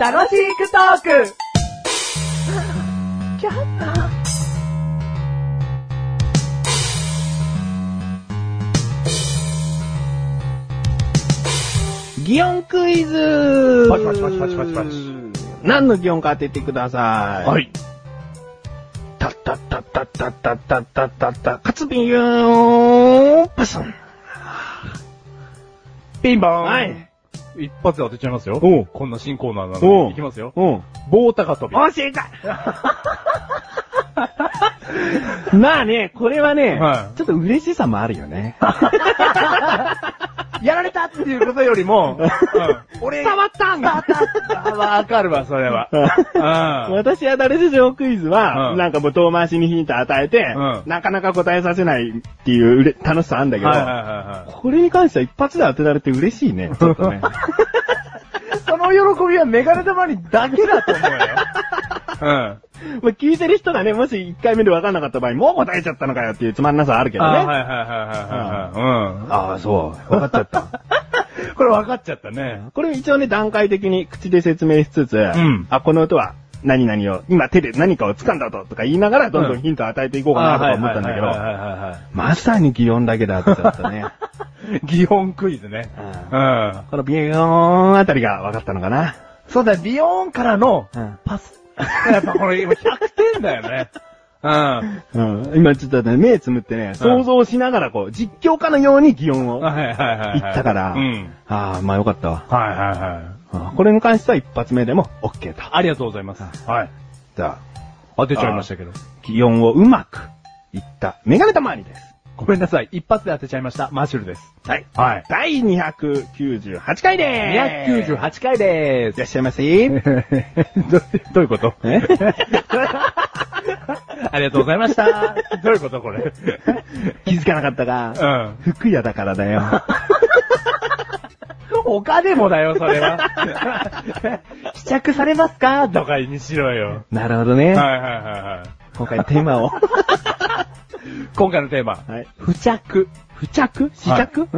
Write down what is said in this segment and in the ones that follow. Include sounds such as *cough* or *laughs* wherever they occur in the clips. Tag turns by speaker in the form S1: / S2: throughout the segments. S1: 楽しくトーク
S2: 擬音クイズ
S3: パチパチパチパチパチパチ
S2: 何の擬音か当ててください。
S3: はい。
S2: たったったったったったったったったった、カツビヨーン、パソン。
S3: ピンバーン。
S2: はい。。
S3: 一発で当てちゃいますよ。
S2: おう
S3: こんな新コーナーな
S2: お
S3: の
S2: う
S3: で。いきますよ。
S2: うん。
S3: 棒高跳び。
S2: お、正解まあね、これはね、
S3: はい
S2: ちょっと嬉しさもあるよね。
S3: やられたっていうことより
S2: *laughs*
S3: も、俺、
S2: 伝わったんだ
S3: あわかるわ、それは。うん
S2: 私は誰でしょうクイズは、
S3: うん
S2: なんかもう遠回しにヒント与えて、
S3: うん
S2: なかなか答えさせないっていううれ楽しさあるんだけど、
S3: はいはいはいは
S2: これに関しては一発で当てられて嬉しい
S3: *laughs*
S2: ね。ちょっとね。
S3: い。その喜びはメガネ玉にだけだと思うよ。うん。
S2: *laughs* まあ聞いてる人がね、もし1回目で分かんなかった場合、もう答えちゃったのかよっていうつまんなさあるけどね。
S3: あはいはいはいはいはい。
S2: ああ、そう。分かっちゃった。
S3: うん。これ分かっちゃったね。
S2: *laughs* これ一応ね、段階的に口で説明しつつ、
S3: ん
S2: あ、この音は何々を、今手で何かを掴んだ音とか言いながら、どんどんヒントを与えていこうかなとか思ったんだけ
S3: はい
S2: ど、
S3: はいはいはいは
S2: まさに擬音だけだってちょっと
S3: *laughs*
S2: ね。
S3: い。擬音クイズね。
S2: うん
S3: うん。
S2: このビヨーンあたりが分かったのかな。
S3: そうだ、ビヨーンからの
S2: うん
S3: パス。やっぱこれ今100点だよね。うん。
S2: うん、今ちょっとね、目つむってね、想像しながらこう、実況家のように擬音を。あ
S3: はいはいはいはい。
S2: 言ったから
S3: うん。
S2: あ、まあよかったわ。
S3: はいはいはい。
S2: あこれに関しては一発目でも OK と。
S3: ありがとうございます。はい。
S2: じゃあ、
S3: 当てちゃいましたけど。
S2: 擬音をうまくいったメガネたまわりです。
S3: ごめんなさい。一発で当てちゃいました。マシュルです。
S2: はい。
S3: はい。
S2: 第298回でーす。い
S3: 298回で
S2: ら
S3: ー
S2: っしゃいま
S3: *laughs*
S2: せ。
S3: す。どどういうこと
S2: え
S3: *laughs* ありがとうございま *laughs* した。どういうことこれ。
S2: 気づかなかった
S3: う
S2: か。
S3: ん。
S2: 福屋だからだよ。
S3: *laughs* 他でもだよ、それ *laughs* は。試着されますかとかにしろよ。
S2: なるほど
S3: はい
S2: ね。
S3: はいはいはい。
S2: 今回のテー
S3: *laughs*
S2: マを。
S3: 今回のテーマ。
S2: はい。
S3: 付着。
S2: 付着試着、ん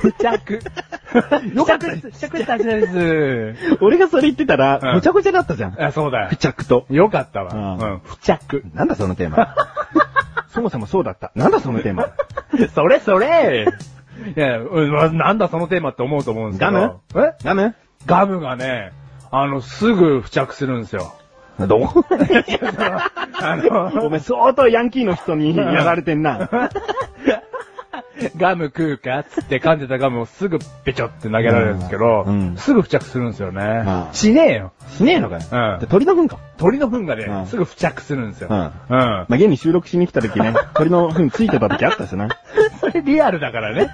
S3: 付着。 *laughs* よかったです。試着した味です。
S2: 俺がそれ言ってたら、
S3: うん
S2: ごちゃごちゃだったじゃん。
S3: あ、そうだ
S2: 付。着と。
S3: よかった
S2: うん
S3: わ。うん。付着。
S2: なんだそのテー
S3: *laughs*
S2: マ。そもそもそうだった。なんだそのテーマ。
S3: それそれいや、うんまなんだそのテーマって思うと思うんですけ
S2: ガム
S3: ど。え
S2: ガム
S3: ガムがね、あの、すぐ付着するんですよ。
S2: どこ
S3: あ
S2: お
S3: の、
S2: 前相当ヤンキーの人にやられてんな。
S3: ガム食うかっつって噛んでたガムをすぐべちょって投げられるんですけど
S2: うんうん、
S3: すぐ付着するんですよね。
S2: うん
S3: しねえよ。
S2: しねえのかよ。
S3: うん
S2: で鳥の文化。
S3: 鳥の糞が
S2: うん
S3: ね、すぐ付着するんですよ。
S2: うん
S3: うん。
S2: まあ、現に収録しに来た時 *laughs* ね、鳥の糞ついてた時あったしな。
S3: それリアルだからね。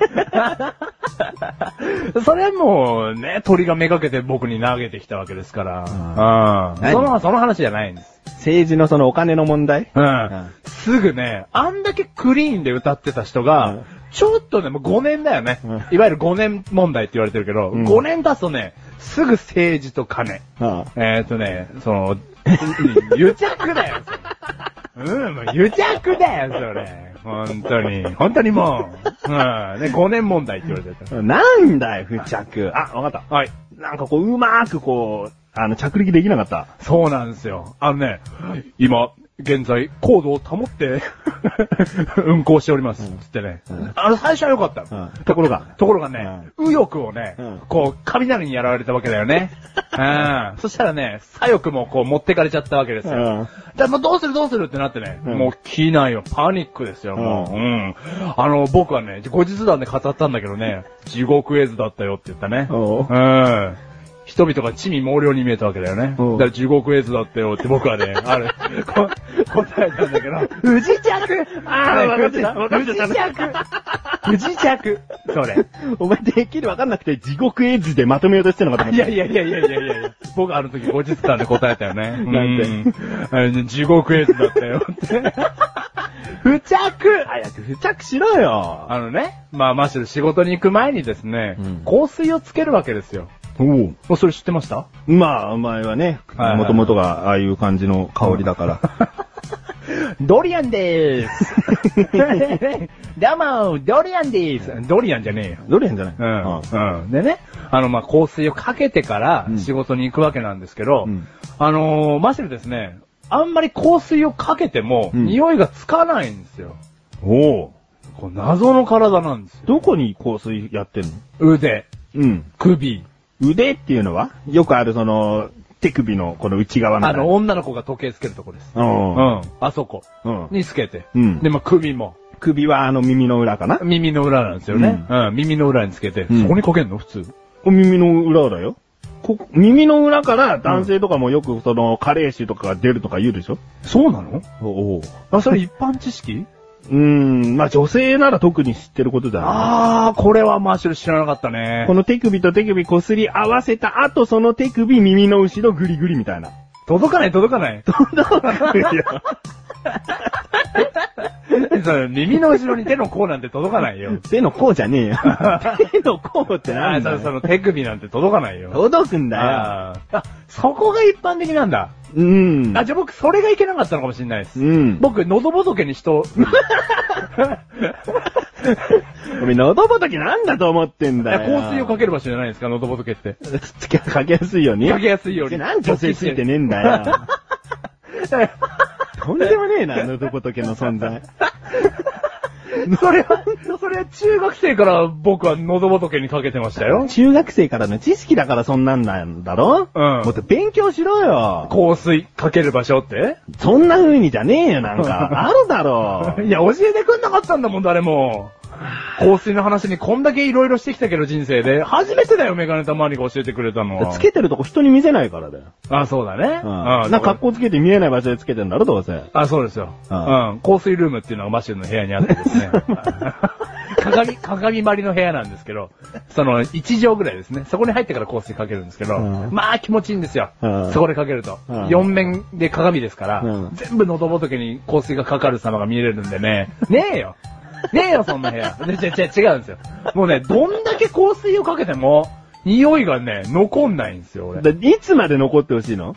S3: *laughs* それはもうね、鳥がめがけて僕に投げてきたわけですから。うん。
S2: 何
S3: その、その話じゃないんです。
S2: 政治のそのお金の問題
S3: うんん。すぐね、あんだけクリーンで歌ってた人が、
S2: うん
S3: ちょっとね、もう5年だよね、
S2: うん
S3: いわゆる5年問題って言われてるけど、
S2: うん
S3: 5年経つとね、すぐ政治と金。
S2: あ
S3: えー、っとね、
S2: *laughs*
S3: その、癒着だよ、それうん、もう癒着だよ、それ。本当に。本当にもう。うん。ね、5年問題って言われて。
S2: あなんだよ、付着。あ、わかった
S3: はい。
S2: た。なんかこう、うまーくこう、あの、着陸できなかった。
S3: そうなんですよ。あのね、今、現在、高度を保って、 *laughs* 運行しております。つってね。
S2: うん
S3: あの、最初は良かったの。
S2: ところが。
S3: ところがね、右翼をね、
S2: うん
S3: こう、雷にやられたわけだ
S2: *laughs*
S3: よね。うん。そしたらね、左翼もこう持ってかれちゃったわけですよ。
S2: うん
S3: じゃあもうどうするどうするってなってね、
S2: うん
S3: もう機内はパニックですよ、もう。
S2: う
S3: うん。あの、僕はね、後日談で語ったんだけどね、地獄絵図だったよって言ったね。
S2: おう
S3: うん。人々が地味猛量に見えたわけだよね。だ
S2: おう
S3: から地獄絵図だったよって僕
S2: *laughs*
S3: はね、あれ、こ答えたんだけど、不時着
S2: あーわかってたわかってた
S3: 不時着不時着それ。
S2: お前、てっきりわかんなくて、地獄絵図でまとめようとしてるのかと思
S3: い
S2: った
S3: や。いやいやいやいやいやいや。僕あの時後日談で答えたよね。
S2: なんて
S3: なんで地獄絵図だったよって。
S2: *laughs* 付着早く付着しろよ
S3: あのね、まあマッシュル仕事に行く前にですね、
S2: うん
S3: 香水をつけるわけですよ。
S2: おう
S3: おそれ知ってました
S2: まあ、お前はね、
S3: はいはい
S2: もともとがああいう感じの香りだから。ドリアンでー
S3: *laughs*
S2: す。どうも、ドリアンでーす。
S3: ドリアンじゃねえよ。
S2: ドリアンじゃない、
S3: うん。うん。でね、あの、まあ、香水をかけてから
S2: うん
S3: 仕事に行くわけなんですけど、
S2: うん
S3: あのー、マシルですね、あんまり香水をかけても、
S2: うん
S3: 匂いがつかないんですよ。
S2: おお。
S3: こう謎の体なんですよ。
S2: どこに香水やってんの
S3: 腕、
S2: うん。
S3: 首、
S2: 腕っていうのはよくあるその、手首のこの内側みた
S3: あ
S2: いな。
S3: の、女の子が時計つけるとこです。う
S2: の、
S3: ん。あそこ
S2: うん。
S3: につけて。
S2: うん
S3: で、まあ、首も。
S2: 首はあの耳の裏かな
S3: 耳の裏なんですよね。うん、耳の裏につけて。
S2: ん
S3: そこにかけんの普通。
S2: お耳の裏だよ。こ耳の裏から男性とかもよくその、加齢臭とかが出るとか言うでしょ
S3: そうなの
S2: おお。
S3: あ、それ一般
S2: *laughs*
S3: 知識
S2: うーん、まあ女性なら特に知ってることだよね。
S3: あー、これはマシル知らなかったね
S2: こ。の手首と手首こすり合わせた後、その手首耳の後ろグリグリみ
S3: *laughs*
S2: たいな。
S3: 届かない届かない。 *laughs* それ耳の後ろに手の甲なんて届かないよ。
S2: 手の甲じゃねえ
S3: *laughs*
S2: よ。手の甲ってな
S3: あ
S2: んだ
S3: そ
S2: よ
S3: のその手首なんて届かないよ。
S2: 届くんだよ。
S3: あーあ、そこが一般的なんだ。
S2: うん。
S3: あ、じゃあ僕それがいけなかったのかもしれないです。
S2: うん。
S3: 僕、喉仏に人、
S2: *laughs* おめえ喉仏なんだと思ってんだよ。
S3: 香水をかければ知らないですか、喉仏って。
S2: け、かけやすいように。
S3: かけやすいように。
S2: なんで女性ついて
S3: *laughs*
S2: ねえんだよ。とんでもねえ
S3: *laughs*
S2: な、喉仏の存在。
S3: それは、それは中学生から僕は喉仏にかけてましたよ。
S2: 中学生からの知識だからそんなんなんだろ
S3: うん
S2: もっと勉強しろよ。
S3: 香水かける場所って
S2: そんな風にじゃねえよ、なん
S3: *laughs*
S2: か。あるだろ
S3: いや、教えてくんなかったんだもん、誰も。香水の話にこんだけ色々してきたけど、人生で。初めてだよ、メガネたまにが教えてくれたのは。
S2: つけてるとこ人に見せないからだよ。
S3: あ、そうだね。
S2: う。
S3: うん
S2: なん
S3: ん。
S2: か格好つけて見えない場所でつけてんだろ、どうせ。
S3: あ、そうですよ。
S2: う
S3: うんん。香水ルームっていうのがマシュルの部屋にあってです
S2: *laughs*
S3: ね。鏡、鏡張りの部屋なんですけど、その、1畳ぐらいですね。そこに入ってから香水かけるんですけど、
S2: うん
S3: まあ気持ちいいんですよ。
S2: うん
S3: そこでかけると。
S2: うん
S3: 4面で鏡ですから、
S2: うん
S3: 全部喉仏に香水がかかる様が見れるんでね。ねえよねえよ、そんな部屋。で、ちゃ、ちゃ、違うんですよ。もうね、どんだけ香水をかけても、匂いがね、残んないんですよ、俺。
S2: だいつまで残ってほしいの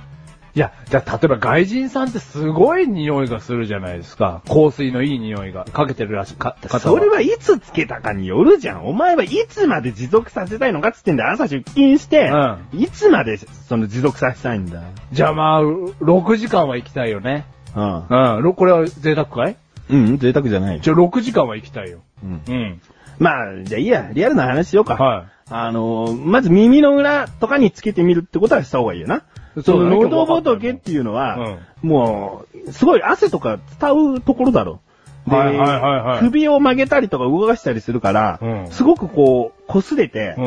S3: いや、じゃあ例えば外人さんってすごい匂いがするじゃないですか。香水のいい匂いがかけてるらしいか方は。
S2: それはいつつけたかによるじゃん。お前はいつまで持続させたいのかっつってんだよ。朝出勤して、
S3: う
S2: いつまでその持続させたいんだ。
S3: じゃあまあ、う6時間は行きたいよね。
S2: うん
S3: うん、ろこれは贅沢かい。
S2: うん、贅沢じゃない。
S3: じゃあ6時間は行きたいよ。
S2: うん
S3: うん。
S2: まあ、じゃあいいや、リアルな話しようか。
S3: はい。
S2: あのー、まず耳の裏とかにつけてみるってことはした方がいいよな。
S3: そうだね
S2: 喉仏っていうのは、もう、すごい汗とか伝うところだろ。で、
S3: はいはいはいはい
S2: 首を曲げたりとか動かしたりするから、
S3: うん
S2: すごくこう、擦れて、
S3: うん。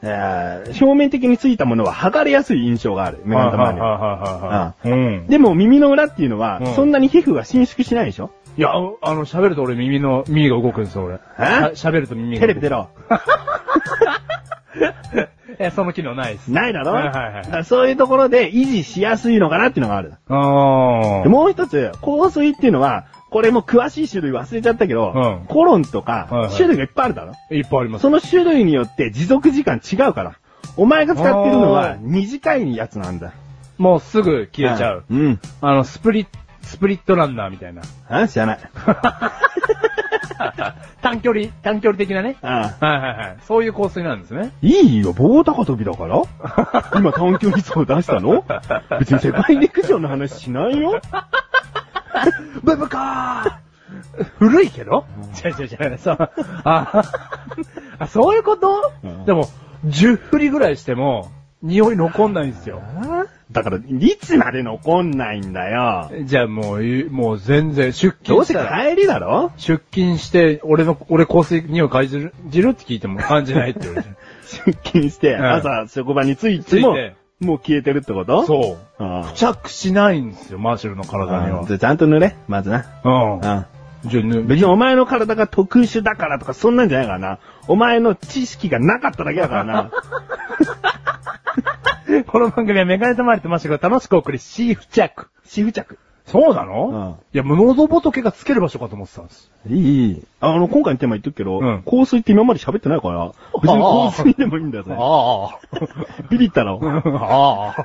S2: えー表面的についたものは剥がれやすい印象がある。目の玉には。
S3: はいはいはいはいはい。うん。
S2: でも耳の裏っていうのは、
S3: うん
S2: そんなに皮膚が伸縮しないでしょ
S3: いや、あの、喋ると俺耳の、耳が動くんですよ、俺。
S2: え
S3: しゃ喋ると耳が
S2: テレ
S3: 動く。
S2: ビ出ろ。
S3: え、その機能ないです。
S2: ないだろ、
S3: はいはいはい
S2: だからそういうところで維持しやすいのかなっていうのがある。
S3: あ
S2: でもう一つ、香水っていうのは、これも詳しい種類忘れちゃったけど、
S3: うん
S2: コロンと
S3: はい
S2: か
S3: は、い
S2: 種類がいっぱいあるだろ、
S3: いっぱいあります。
S2: その種類によって持続時間違うから。お前が使ってるのは
S3: あー
S2: 短いやつなんだ。
S3: もうすぐ消えちゃう。
S2: うん。
S3: あの、スプリッ、スプリットランナーみたいな。
S2: あ、知らない。
S3: *laughs* 短距離、短距離的なね。
S2: ああ
S3: はいはいはい。そういう香水なんですね。
S2: いいよ、棒高跳びだから。今短距離走出したの別に世界陸上の話しないよ。
S3: ブブカー *laughs* 古いけど違う違う違う。そう。あ、 *laughs* あそういうこと、
S2: うん
S3: でも、10振りぐらいしても、匂い残んないんですよ。
S2: だから、いつまで残んないんだよ。
S3: じゃあもうい、もう全然、出
S2: ど
S3: 勤
S2: う
S3: し
S2: せ
S3: たら、
S2: 帰りだろ
S3: 出勤して、俺の、俺香水匂い感じる、じるって聞いても感じないって言われ *laughs* て。
S2: 出勤して、
S3: うん
S2: 朝職場に着いても
S3: 着いて、
S2: もう消えてるってこと
S3: そう。
S2: あ
S3: 付着しないんですよ、マーシュルの体に
S2: あ
S3: は。
S2: じゃあちゃんと塗れ、まずな。
S3: うん。
S2: う
S3: じゃあぬ
S2: ん。別にお前の体が特殊だからとかそんなんじゃないからな。お前の知識がなかっただけだからな。
S3: *laughs* この番組はメガネたまりとマシュルが楽しくお送り、シーフ着。
S2: シフ着。
S3: そうな
S2: うん
S3: の、いや、無能道仏がつける場所かと思ってたんです。
S2: いい、いい。あの、今回のテーマ言っとくけど、
S3: うん
S2: 香水って今まで喋ってないから、 *laughs* 別に香水でもいいんだよ、それ。
S3: あ *laughs*
S2: ビビったろ。
S3: あ。ああ。